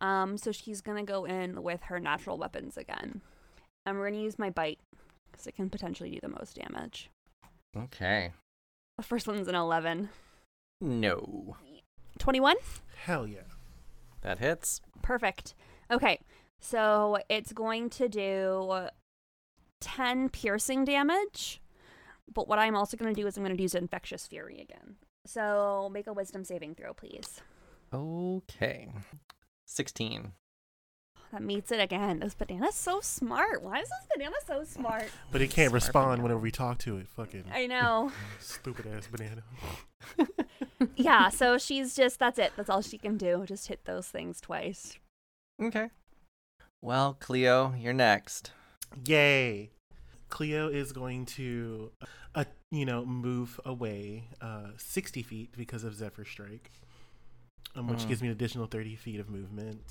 Um, so she's going to go in with her natural weapons again. And we're going to use my bite because it can potentially do the most damage.
okay.
The first one's an 11.
No.
21?
Hell yeah.
That hits.
Perfect. Okay. So it's going to do 10 piercing damage. But what I'm also going to do is I'm going to use Infectious Fury again. So make a wisdom saving throw, please.
Okay. 16.
That meets it again. This banana's so smart. Why is this banana so smart?
But it can't
Smart
respond
banana.
whenever we talk to it. Fucking
I know.
stupid ass banana.
yeah, so she's just, that's it. That's all she can do. Just hit those things twice.
Okay. Well, Cleo, you're next.
Yay. Cleo is going to, uh, you know, move away uh, 60 feet because of Zephyr Strike, um, which
Mm.
gives me an additional 30 feet of movement.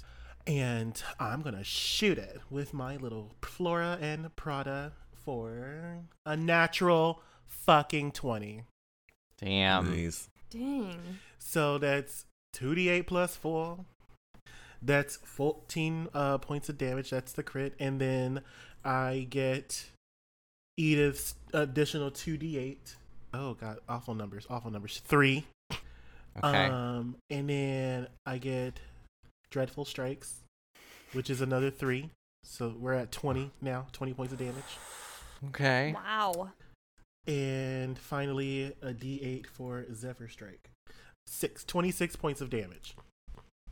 And I'm going to shoot it with my little Flora and Prada for a natural fucking 20.
Damn.
nice.
Dang.
So that's 2d8 plus 4. That's 14 uh, points of damage. That's the crit. And then I get Edith's additional 2d8. Oh, God. Awful numbers. Awful numbers. Three.
Okay.
Um, and then I get Dreadful Strikes, which is another three. So we're at 20 now, 20 points of damage.
okay.
Wow.
And finally, a d8 for Zephyr Strike. Six, 26 points of damage.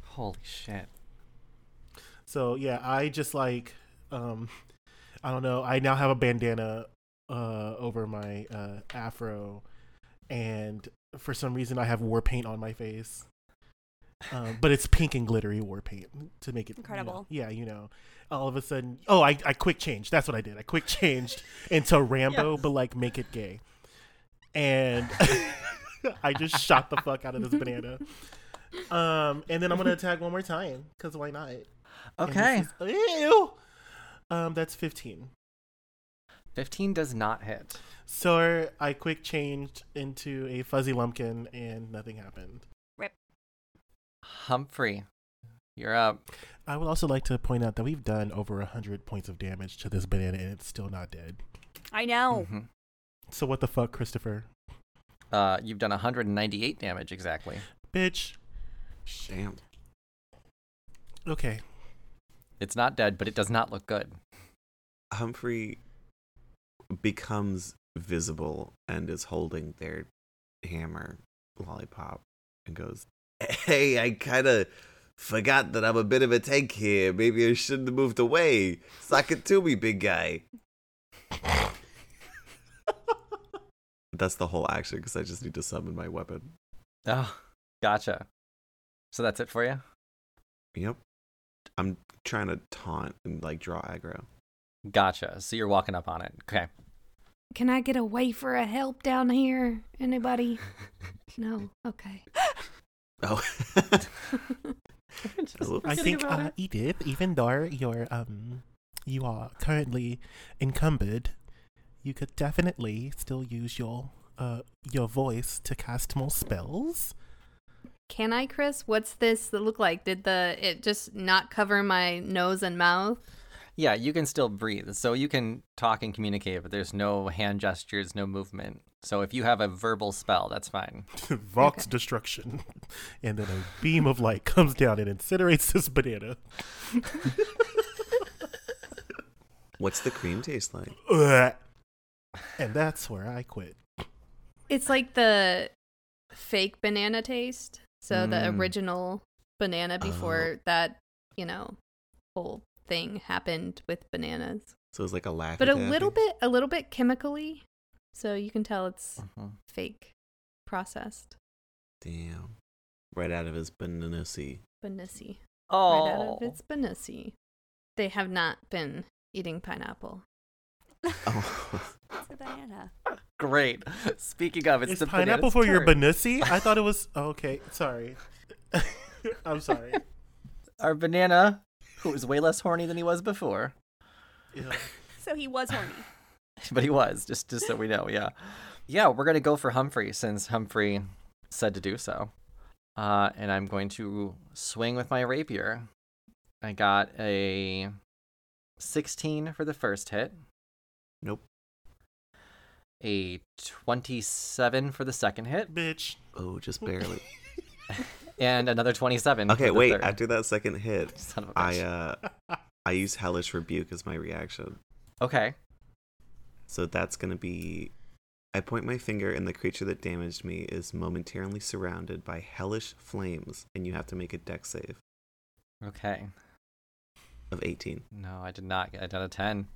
Holy shit.
So yeah, I just like um I don't know, I now have a bandana uh over my uh afro and for some reason I have war paint on my face. um, but it's pink and glittery war paint to make it you know-
Incredible.
yeah, you know, all of a sudden, oh, I, I quick changed. That's what I did. I quick changed into Rambo, but like make it gay, and I just shot the fuck out of this banana. Um, and then I'm gonna attack one more time because why not? And this
Okay.
is- ew. Um, that's 15.
15 does not hit.
So I quick changed into a fuzzy lumpkin and nothing happened.
Humphrey, you're up.
I would also like to point out that we've done over 100 points of damage to this banana and it's still not dead.
I know.
Mhm.
So what the fuck, Christopher?
Uh, you've done 198 damage exactly.
Bitch.
Damn.
Okay.
It's not dead, but it does not look good.
Humphrey becomes visible and is holding their hammer lollipop and goes, Hey, I kind of forgot that I'm a bit of a tank here. Maybe I shouldn't have moved away. Sock it to me, big guy. That's the whole action because I just need to summon my weapon.
Oh, gotcha. So that's it for you?
Yep. I'm trying to taunt and like draw aggro.
Gotcha. So you're walking up on it. Okay.
Can I get a wafer of help down here? Anybody? No. Okay.
Oh,
I think uh, Edith, even though you're um you are currently encumbered, you could definitely still use your uh your voice to cast more spells.
Can I, Chris? What's this look like? Did the it just not cover my nose and mouth?
Yeah, you can still breathe. So you can talk and communicate, but there's no hand gestures, no movement. So if you have a verbal spell, that's fine.
Vox destruction. And then a beam of light comes down and incinerates this banana.
what's the cream taste like?
Ugh. And that's where I quit.
It's like the fake banana taste. So the
Mm.
original banana before that, you know, whole thing happened with bananas.
So it's like a laugh.
But a little bit a little bit chemically. So you can tell it's
Mhm.
fake processed
Damn. Right out of his banana sea.
banassi.
Oh,
Right out of its banassi. They have not been eating pineapple.
Oh.
It's a banana.
great. Speaking of, it's
Is
the
pineapple
banana's
for your
turn.
banussi? I thought it was okay. Sorry, I'm sorry.
Our banana, who is way less horny than he was before,
Oh,
Ew.
So he was horny.
but he was just just so we know. Yeah, yeah. We're gonna go for Humphrey since Humphrey said to do so, uh, and I'm going to swing with my rapier. I got a 16 for the first hit.
Nope.
A 27 for the second hit,
Bitch,
Oh, just barely.
and another 27. for
Okay,
the
wait.
third.
After that second hit,
Son of a
I
bitch.
uh, I use hellish rebuke as my reaction.
Okay.
So that's gonna be. I point my finger, and the creature that damaged me is momentarily surrounded by hellish flames, and you have to make a deck save
Okay.
of 18.
No, I did not. get- I did a 10.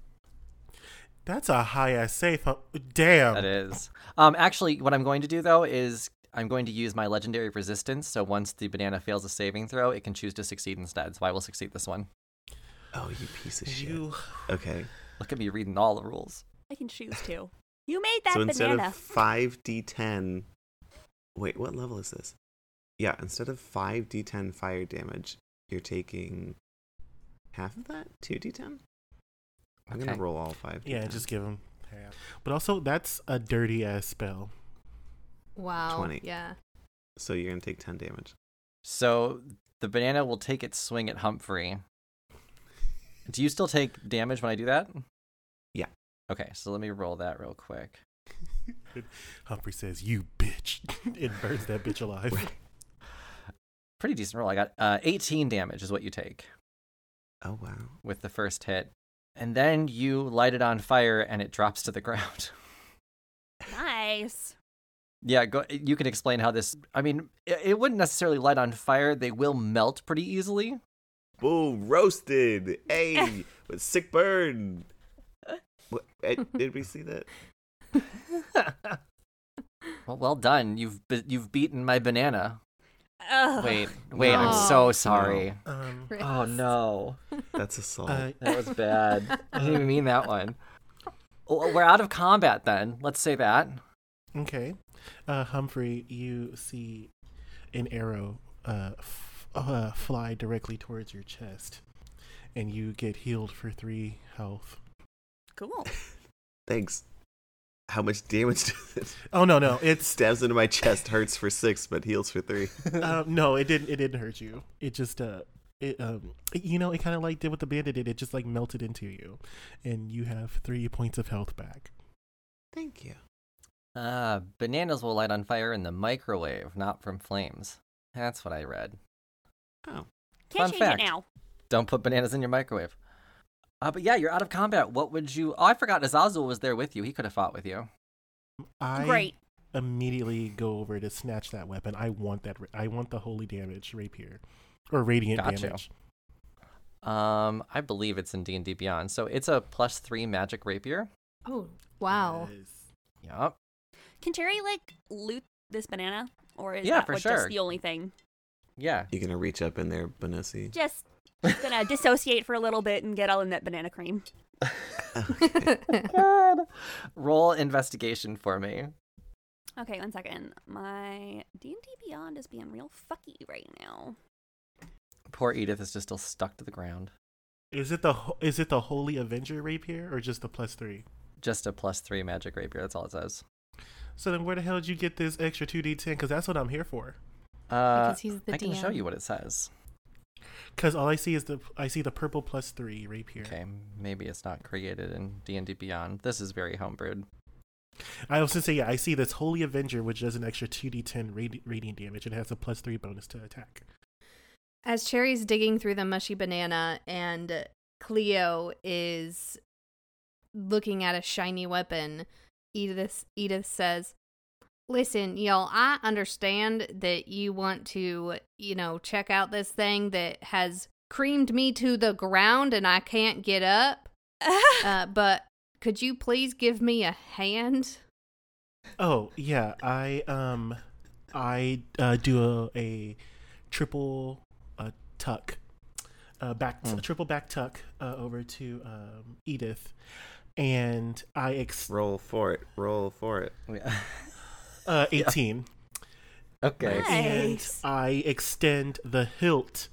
that's a high ass safe. Huh? Damn.
That is. Um, actually, what I'm going to do though is I'm going to use my legendary resistance. So once the banana fails a saving throw, it can choose to succeed instead. So I will succeed this one.
Oh, you piece of shit.
You
Okay.
Look at me reading all the rules.
I can choose to. You made that
so instead
banana.
of 5d10 wait what level is this yeah instead of 5d10 fire damage you're taking half of that 2d10 i'm
Okay.
gonna roll all 5
yeah, just give him. half. But also, that's a dirty ass spell.
Wow.
20.
Yeah.
so you're gonna take 10 damage
So the banana will take its swing at Humphrey. Do you still take damage when I do that?
Yeah.
Okay, so let me roll that real quick.
Humphrey says, "You bitch," and burns that bitch alive.
Pretty decent roll. I got uh, 18 damage is what you take.
oh wow
with the first hit. And then you light it on fire and it drops to the ground.
nice.
yeah, go, you can explain how this. I mean, it, it wouldn't necessarily light on fire, they will melt pretty easily.
Boo, roasted hey with sick burn what, eh, did we see that
well, well done. You've, be- you've beaten my banana.
Ugh.
Wait, wait, I'm
No.
so sorry.
Um,
Oh no.
That's assault.
uh,
That was bad. I didn't even mean that one. Well, We're out of combat then. Let's say that.
Okay. Uh, Humphrey, you see an arrow uh, f- uh, fly directly towards your chest, and you get healed for three health.
Cool.
Thanks. How much damage does it?
Oh no, no, it's
Stabs into my chest, hurts for six, but heals for three.
uh, no, it didn't. It didn't hurt you. It just uh, it um, you know, it kind of like did what the bandit did. It just like melted into you, and you have three points of health back.
Thank you.
Uh, bananas will light on fire in the microwave, not from flames. That's what I read.
Oh.
Fun
Can't change
fact.
it now.
Don't put bananas in your microwave. Uh, but yeah, you're out of combat. What would you? Oh, I forgot. Azazel was there with you. He could have fought with you.
I
Great.
immediately go over to snatch that weapon. I want that. ra- I want the holy damage rapier, or radiant
Gotcha.
damage.
Um, I believe it's in D and D Beyond. So it's a plus three magic rapier.
Oh, wow.
Yes.
Yup.
Can Terry like loot this banana, or is
Yeah,
that
for
like,
sure.
just the only thing?
Yeah.
You gonna reach up in there, Benassi?
Just gonna dissociate for a little bit and get all in that banana cream.
Roll investigation for me.
Okay, one second. My D and D Beyond is being real fucky right now.
Poor Edith is just still stuck to the ground.
Is it the ho- is it the Holy Avenger rapier or just the plus three?
Just a plus three magic rapier. That's all it says.
So then, where the hell did you get this extra two d ten? Because that's what I'm here for.
Uh,
Because he's the
I can show
DM.
you what it says.
Because all I see is the I see the purple plus three rapier.
Okay, maybe it's not created in D and D Beyond. This is very homebrewed.
I also say yeah, I see this Holy Avenger which does an extra two d ten radi- radiant damage and has a plus three bonus to attack.
As Cherry's digging through the mushy banana and Cleo is looking at a shiny weapon, Edith Edith says, "Listen, y'all, I understand that you want to, you know, check out this thing that has creamed me to the ground and I can't get up, uh, but could you please give me a hand?"
Oh yeah, I um, I uh, do a, a triple uh, tuck, uh, back
Mm.
triple back tuck uh, over to um, Edith, and I ex-
Roll for it. Roll for it.
uh, eighteen,
okay.
Nice.
and
Nice.
I extend the hilt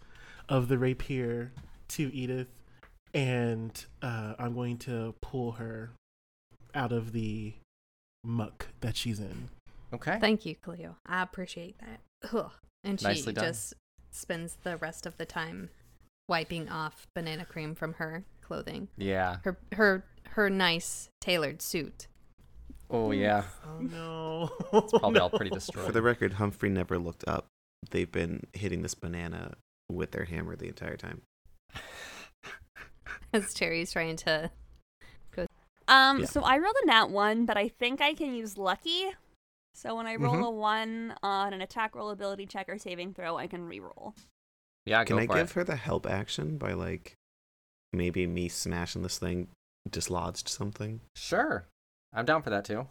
of the rapier to Edith, and uh, I'm going to pull her out of the muck that she's in.
Okay.
Thank you, Cleo. I appreciate that. Ugh. And she
Nicely done.
just spends the rest of the time wiping off banana cream from her clothing.
yeah.
Her her her nice tailored suit.
Oh yeah.
Oh no! It's
Probably all pretty
For
destroyed.
the record, Humphrey never looked up. They've been hitting this banana with their hammer the entire time.
As Cherry's trying to
Um,
Yeah.
so I rolled a nat one, but I think I can use lucky. So when I roll
Mhm.
a one on an attack roll, ability check, or saving throw, I can reroll.
yeah.
Can
go
I
for
give
it.
her the help action by like maybe me smashing this thing dislodged something?
Sure. I'm down for that too.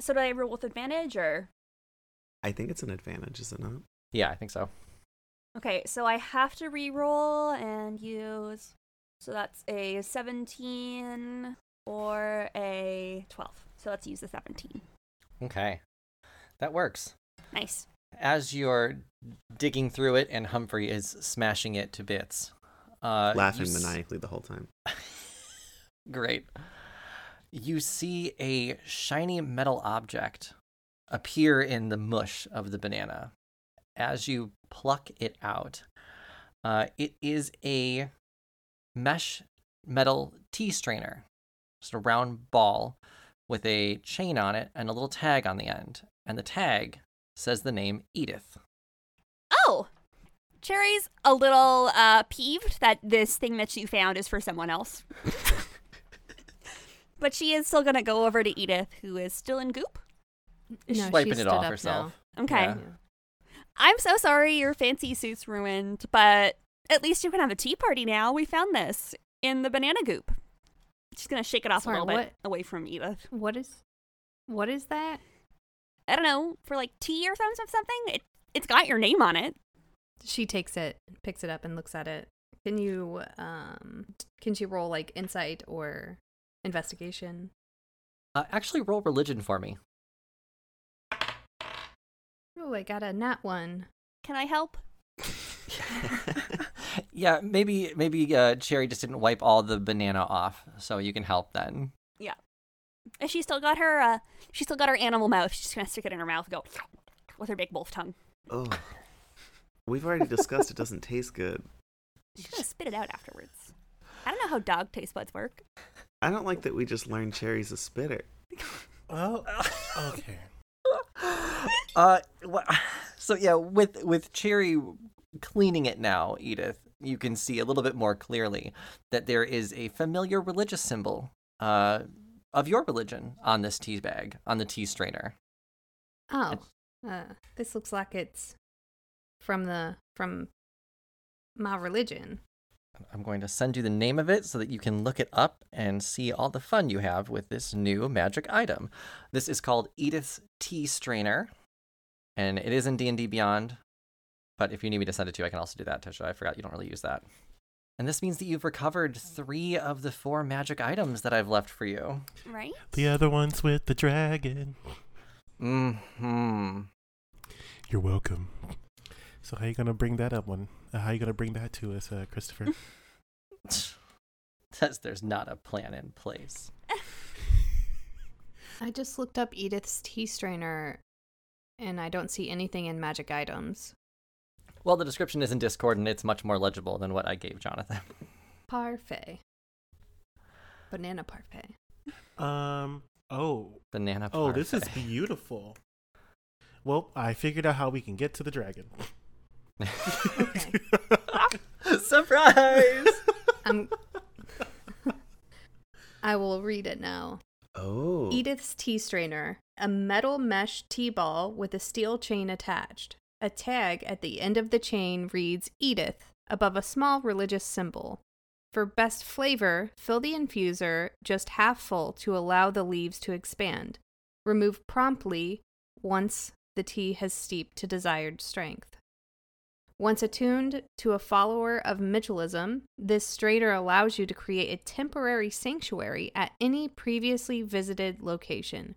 So do I roll with advantage or?
I think it's an advantage, is it not?
Yeah, I think so.
Okay, so I have to reroll and use. So that's a 17 or a 12. So let's use the 17.
Okay. That works.
Nice.
As you're digging through it and Humphrey is smashing it to bits. Uh, you
Laughing
s-
maniacally the whole time.
Great. You see a shiny metal object appear in the mush of the banana. As you pluck it out, uh, it is a mesh metal tea strainer, just a round ball with a chain on it and a little tag on the end. And the tag says the name Edith.
Oh! Cherry's a little uh, peeved that this thing that she found is for someone else. but she is still going to go over to Edith, who is still in goop.
no,
She's wiping
she
it
stood
off
up
herself.
Okay.
Yeah.
now.
I'm so sorry your fancy suit's ruined, but at least you can have a tea party now. We found this in the banana goop. She's gonna shake it off
Sorry,
a little
what?
bit away from Edith.
What is what is that?
I don't know for like tea or some- some- something. It It's got your name on it.
She takes it, picks it up, and looks at it. Can you, um, can she roll like insight or investigation?
Uh, actually, roll religion for me.
Oh, I got a nat one.
Can I help?
yeah, maybe maybe uh, Cherry just didn't wipe all the banana off, so you can help then.
And she still got her uh she still got her animal mouth. She's just gonna stick it in her mouth and go with her big wolf tongue.
Oh, we've already discussed it doesn't taste good.
She's gonna spit it out afterwards. I don't know how dog taste buds work.
I don't like that we just learned Cherry's a spitter.
Oh, okay.
Uh, wha- so yeah, with with Cherry cleaning it now, Edith, you can see a little bit more clearly that there is a familiar religious symbol uh, of your religion on this tea bag, on the tea strainer.
Oh, uh, this looks like it's from the from my religion.
I'm going to send you the name of it so that you can look it up and see all the fun you have with this new magic item. This is called Edith's Tea Strainer, and it is in D&D Beyond. But if you need me to send it to you, I can also do that, Tisha. I forgot you don't really use that. And this means that you've recovered three of the four magic items that I've left for you.
Right?
The other one's with the dragon.
Hmm.
You're welcome. So how you gonna bring that up one? Uh, how you gonna bring that to us, uh, Christopher?
Says there's not a plan in place.
I just looked up Edith's tea strainer, and I don't see anything in magic items.
Well, the description is in Discord, and it's much more legible than what I gave Jonathan.
Parfait, banana parfait.
um. Oh.
Banana.
Oh, this is
parfait.
beautiful. Well, I figured out how we can get to the dragon.
Okay.
surprise.
I'm. I will read it now.
Oh,
Edith's tea strainer, a metal mesh tea ball with a steel chain attached. A tag at the end of the chain reads Edith above a small religious symbol. For best flavor, fill the infuser just half full to allow the leaves to expand. Remove promptly once the tea has steeped to desired strength. Once attuned to a follower of Mitchellism, this strainer allows you to create a temporary sanctuary at any previously visited location.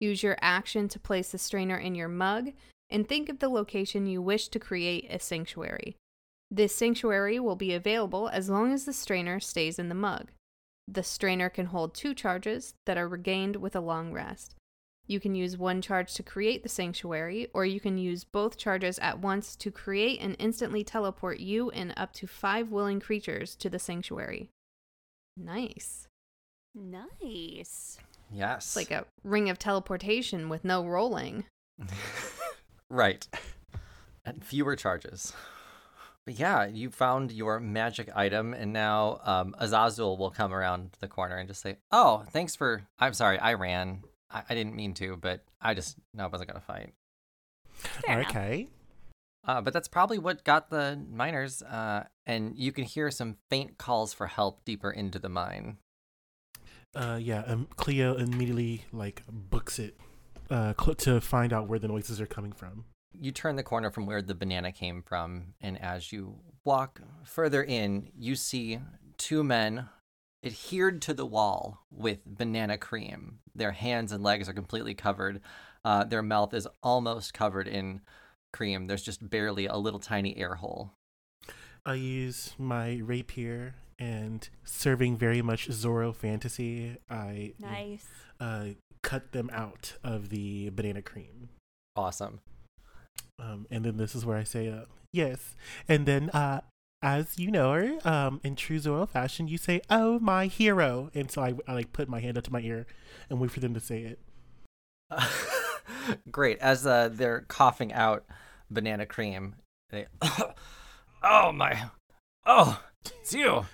Use your action to place the strainer in your mug and think of the location you wish to create a sanctuary. This sanctuary will be available as long as the strainer stays in the mug. The strainer can hold two charges that are regained with a long rest. You can use one charge to create the sanctuary, or you can use both charges at once to create and instantly teleport you and up to five willing creatures to the sanctuary. Nice.
Nice.
yes.
It's like a ring of teleportation with no rolling.
Right. And fewer charges. But yeah, you found your magic item, and now um, Azazul will come around the corner and just say, Oh, thanks for. I'm sorry, I ran. I, I didn't mean to, but I just. No, I wasn't going to fight.
Fair enough.
okay.
Uh, but that's probably what got the miners, uh, and you can hear some faint calls for help deeper into the mine.
Uh, yeah. Um, Cleo immediately like books it, uh, cl- to find out where the noises are coming from.
you turn the corner from where the banana came from, and as you walk further in, you see two men adhered to the wall with banana cream. Their hands and legs are completely covered. Uh, their mouth is almost covered in cream. There's just barely a little tiny air hole.
I use my rapier and serving very much Zorro fantasy. I
Nice.
uh, cut them out of the banana cream.
Awesome.
Um, and then this is where I say, uh, yes. And then, uh, as you know her, um, in true Zoro fashion, you say, oh, my hero. And so I, I like put my hand up to my ear and wait for them to say it.
Great. As uh, they're coughing out banana cream, they. oh my! Oh, it's you.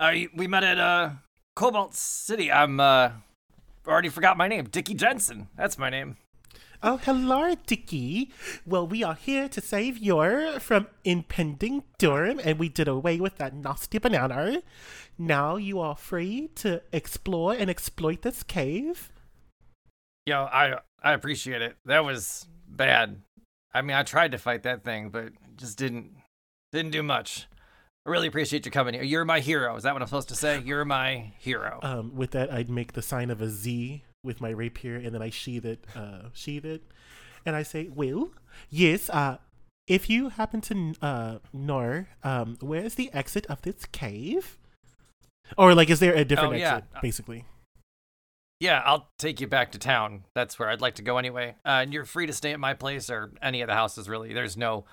Uh, you- we met at uh, Cobalt City. I'm uh, already forgot my name. Dickie Jensen. That's my name.
Oh, hello, Dicky. Well, we are here to save your from impending doom, and we did away with that nasty banana. Now you are free to explore and exploit this cave.
Yo, I I appreciate it. That was bad. I mean, I tried to fight that thing, but just didn't didn't do much. I really appreciate your company. You're my hero. Is that what I'm supposed to say? You're my hero.
Um, with that, I'd make the sign of a Z with my rapier, and then I sheath it, uh, sheath it, and I say, "Well, yes. Uh, if you happen to uh, know um, where's the exit of this cave, or like, is there a different
Oh, yeah.
exit, basically?"
yeah, I'll take you back to town. That's where I'd like to go anyway. Uh, and you're free to stay at my place or any of the houses. Really, there's no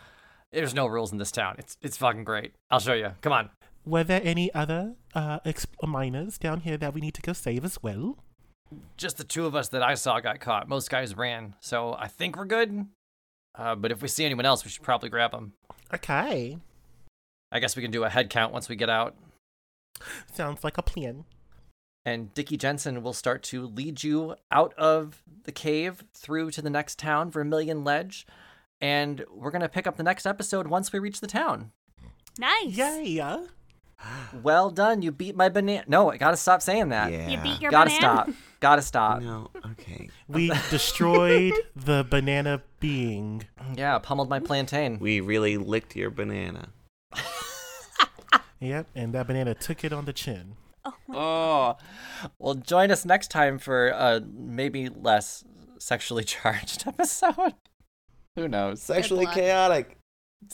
there's no rules in this town. It's it's fucking great. I'll show you. Come on.
Were there any other uh, ex- miners down here that we need to go save as well?
Just the two of us that I saw got caught. Most guys ran, so I think we're good. Uh, but if we see anyone else, we should probably grab them.
Okay,
I guess we can do a head count once we get out.
sounds like a plan.
and Dickie Jensen will start to lead you out of the cave through to the next town, Vermilion Ledge. And we're going to pick up the next episode once we reach the town.
Nice.
Yay! uh.
Well done. You beat my banana. No, I got to stop saying that.
yeah.
You beat your
Gotta
banana.
stop. Gotta stop.
No, okay.
We destroyed the banana being.
Yeah, pummeled my plantain.
We really licked your banana.
Yep, and that banana took it on the chin.
Oh. Well, join us next time for a maybe less sexually charged episode. Who knows?
Sexually
luck.
chaotic.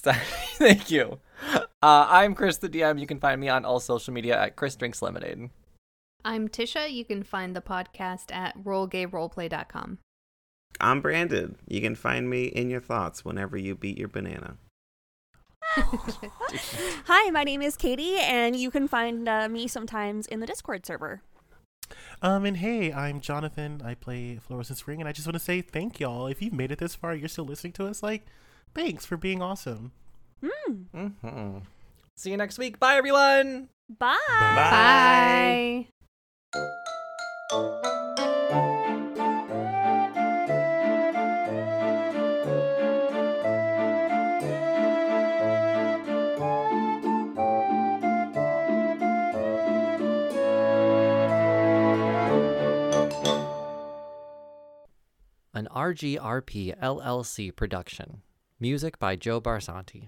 So- Thank you. Uh, I'm Chris the DM. You can find me on all social media at Chris Drinks Lemonade.
I'm Tisha. You can find the podcast at rollgayroleplay.com.
I'm Brandon. You can find me in your thoughts whenever you beat your banana.
Hi, my name is Katie, and you can find uh, me sometimes in the Discord server.
Um, and hey, I'm Jonathan. I play Fluorescent Spring, and I just want to say thank y'all. If you've made it this far, you're still listening to us. Like, thanks for being awesome.
Mm.
Mm-hmm. See you next week. Bye, everyone.
Bye.
Bye.
An RGRP LLC production. Music by Joe Barsanti.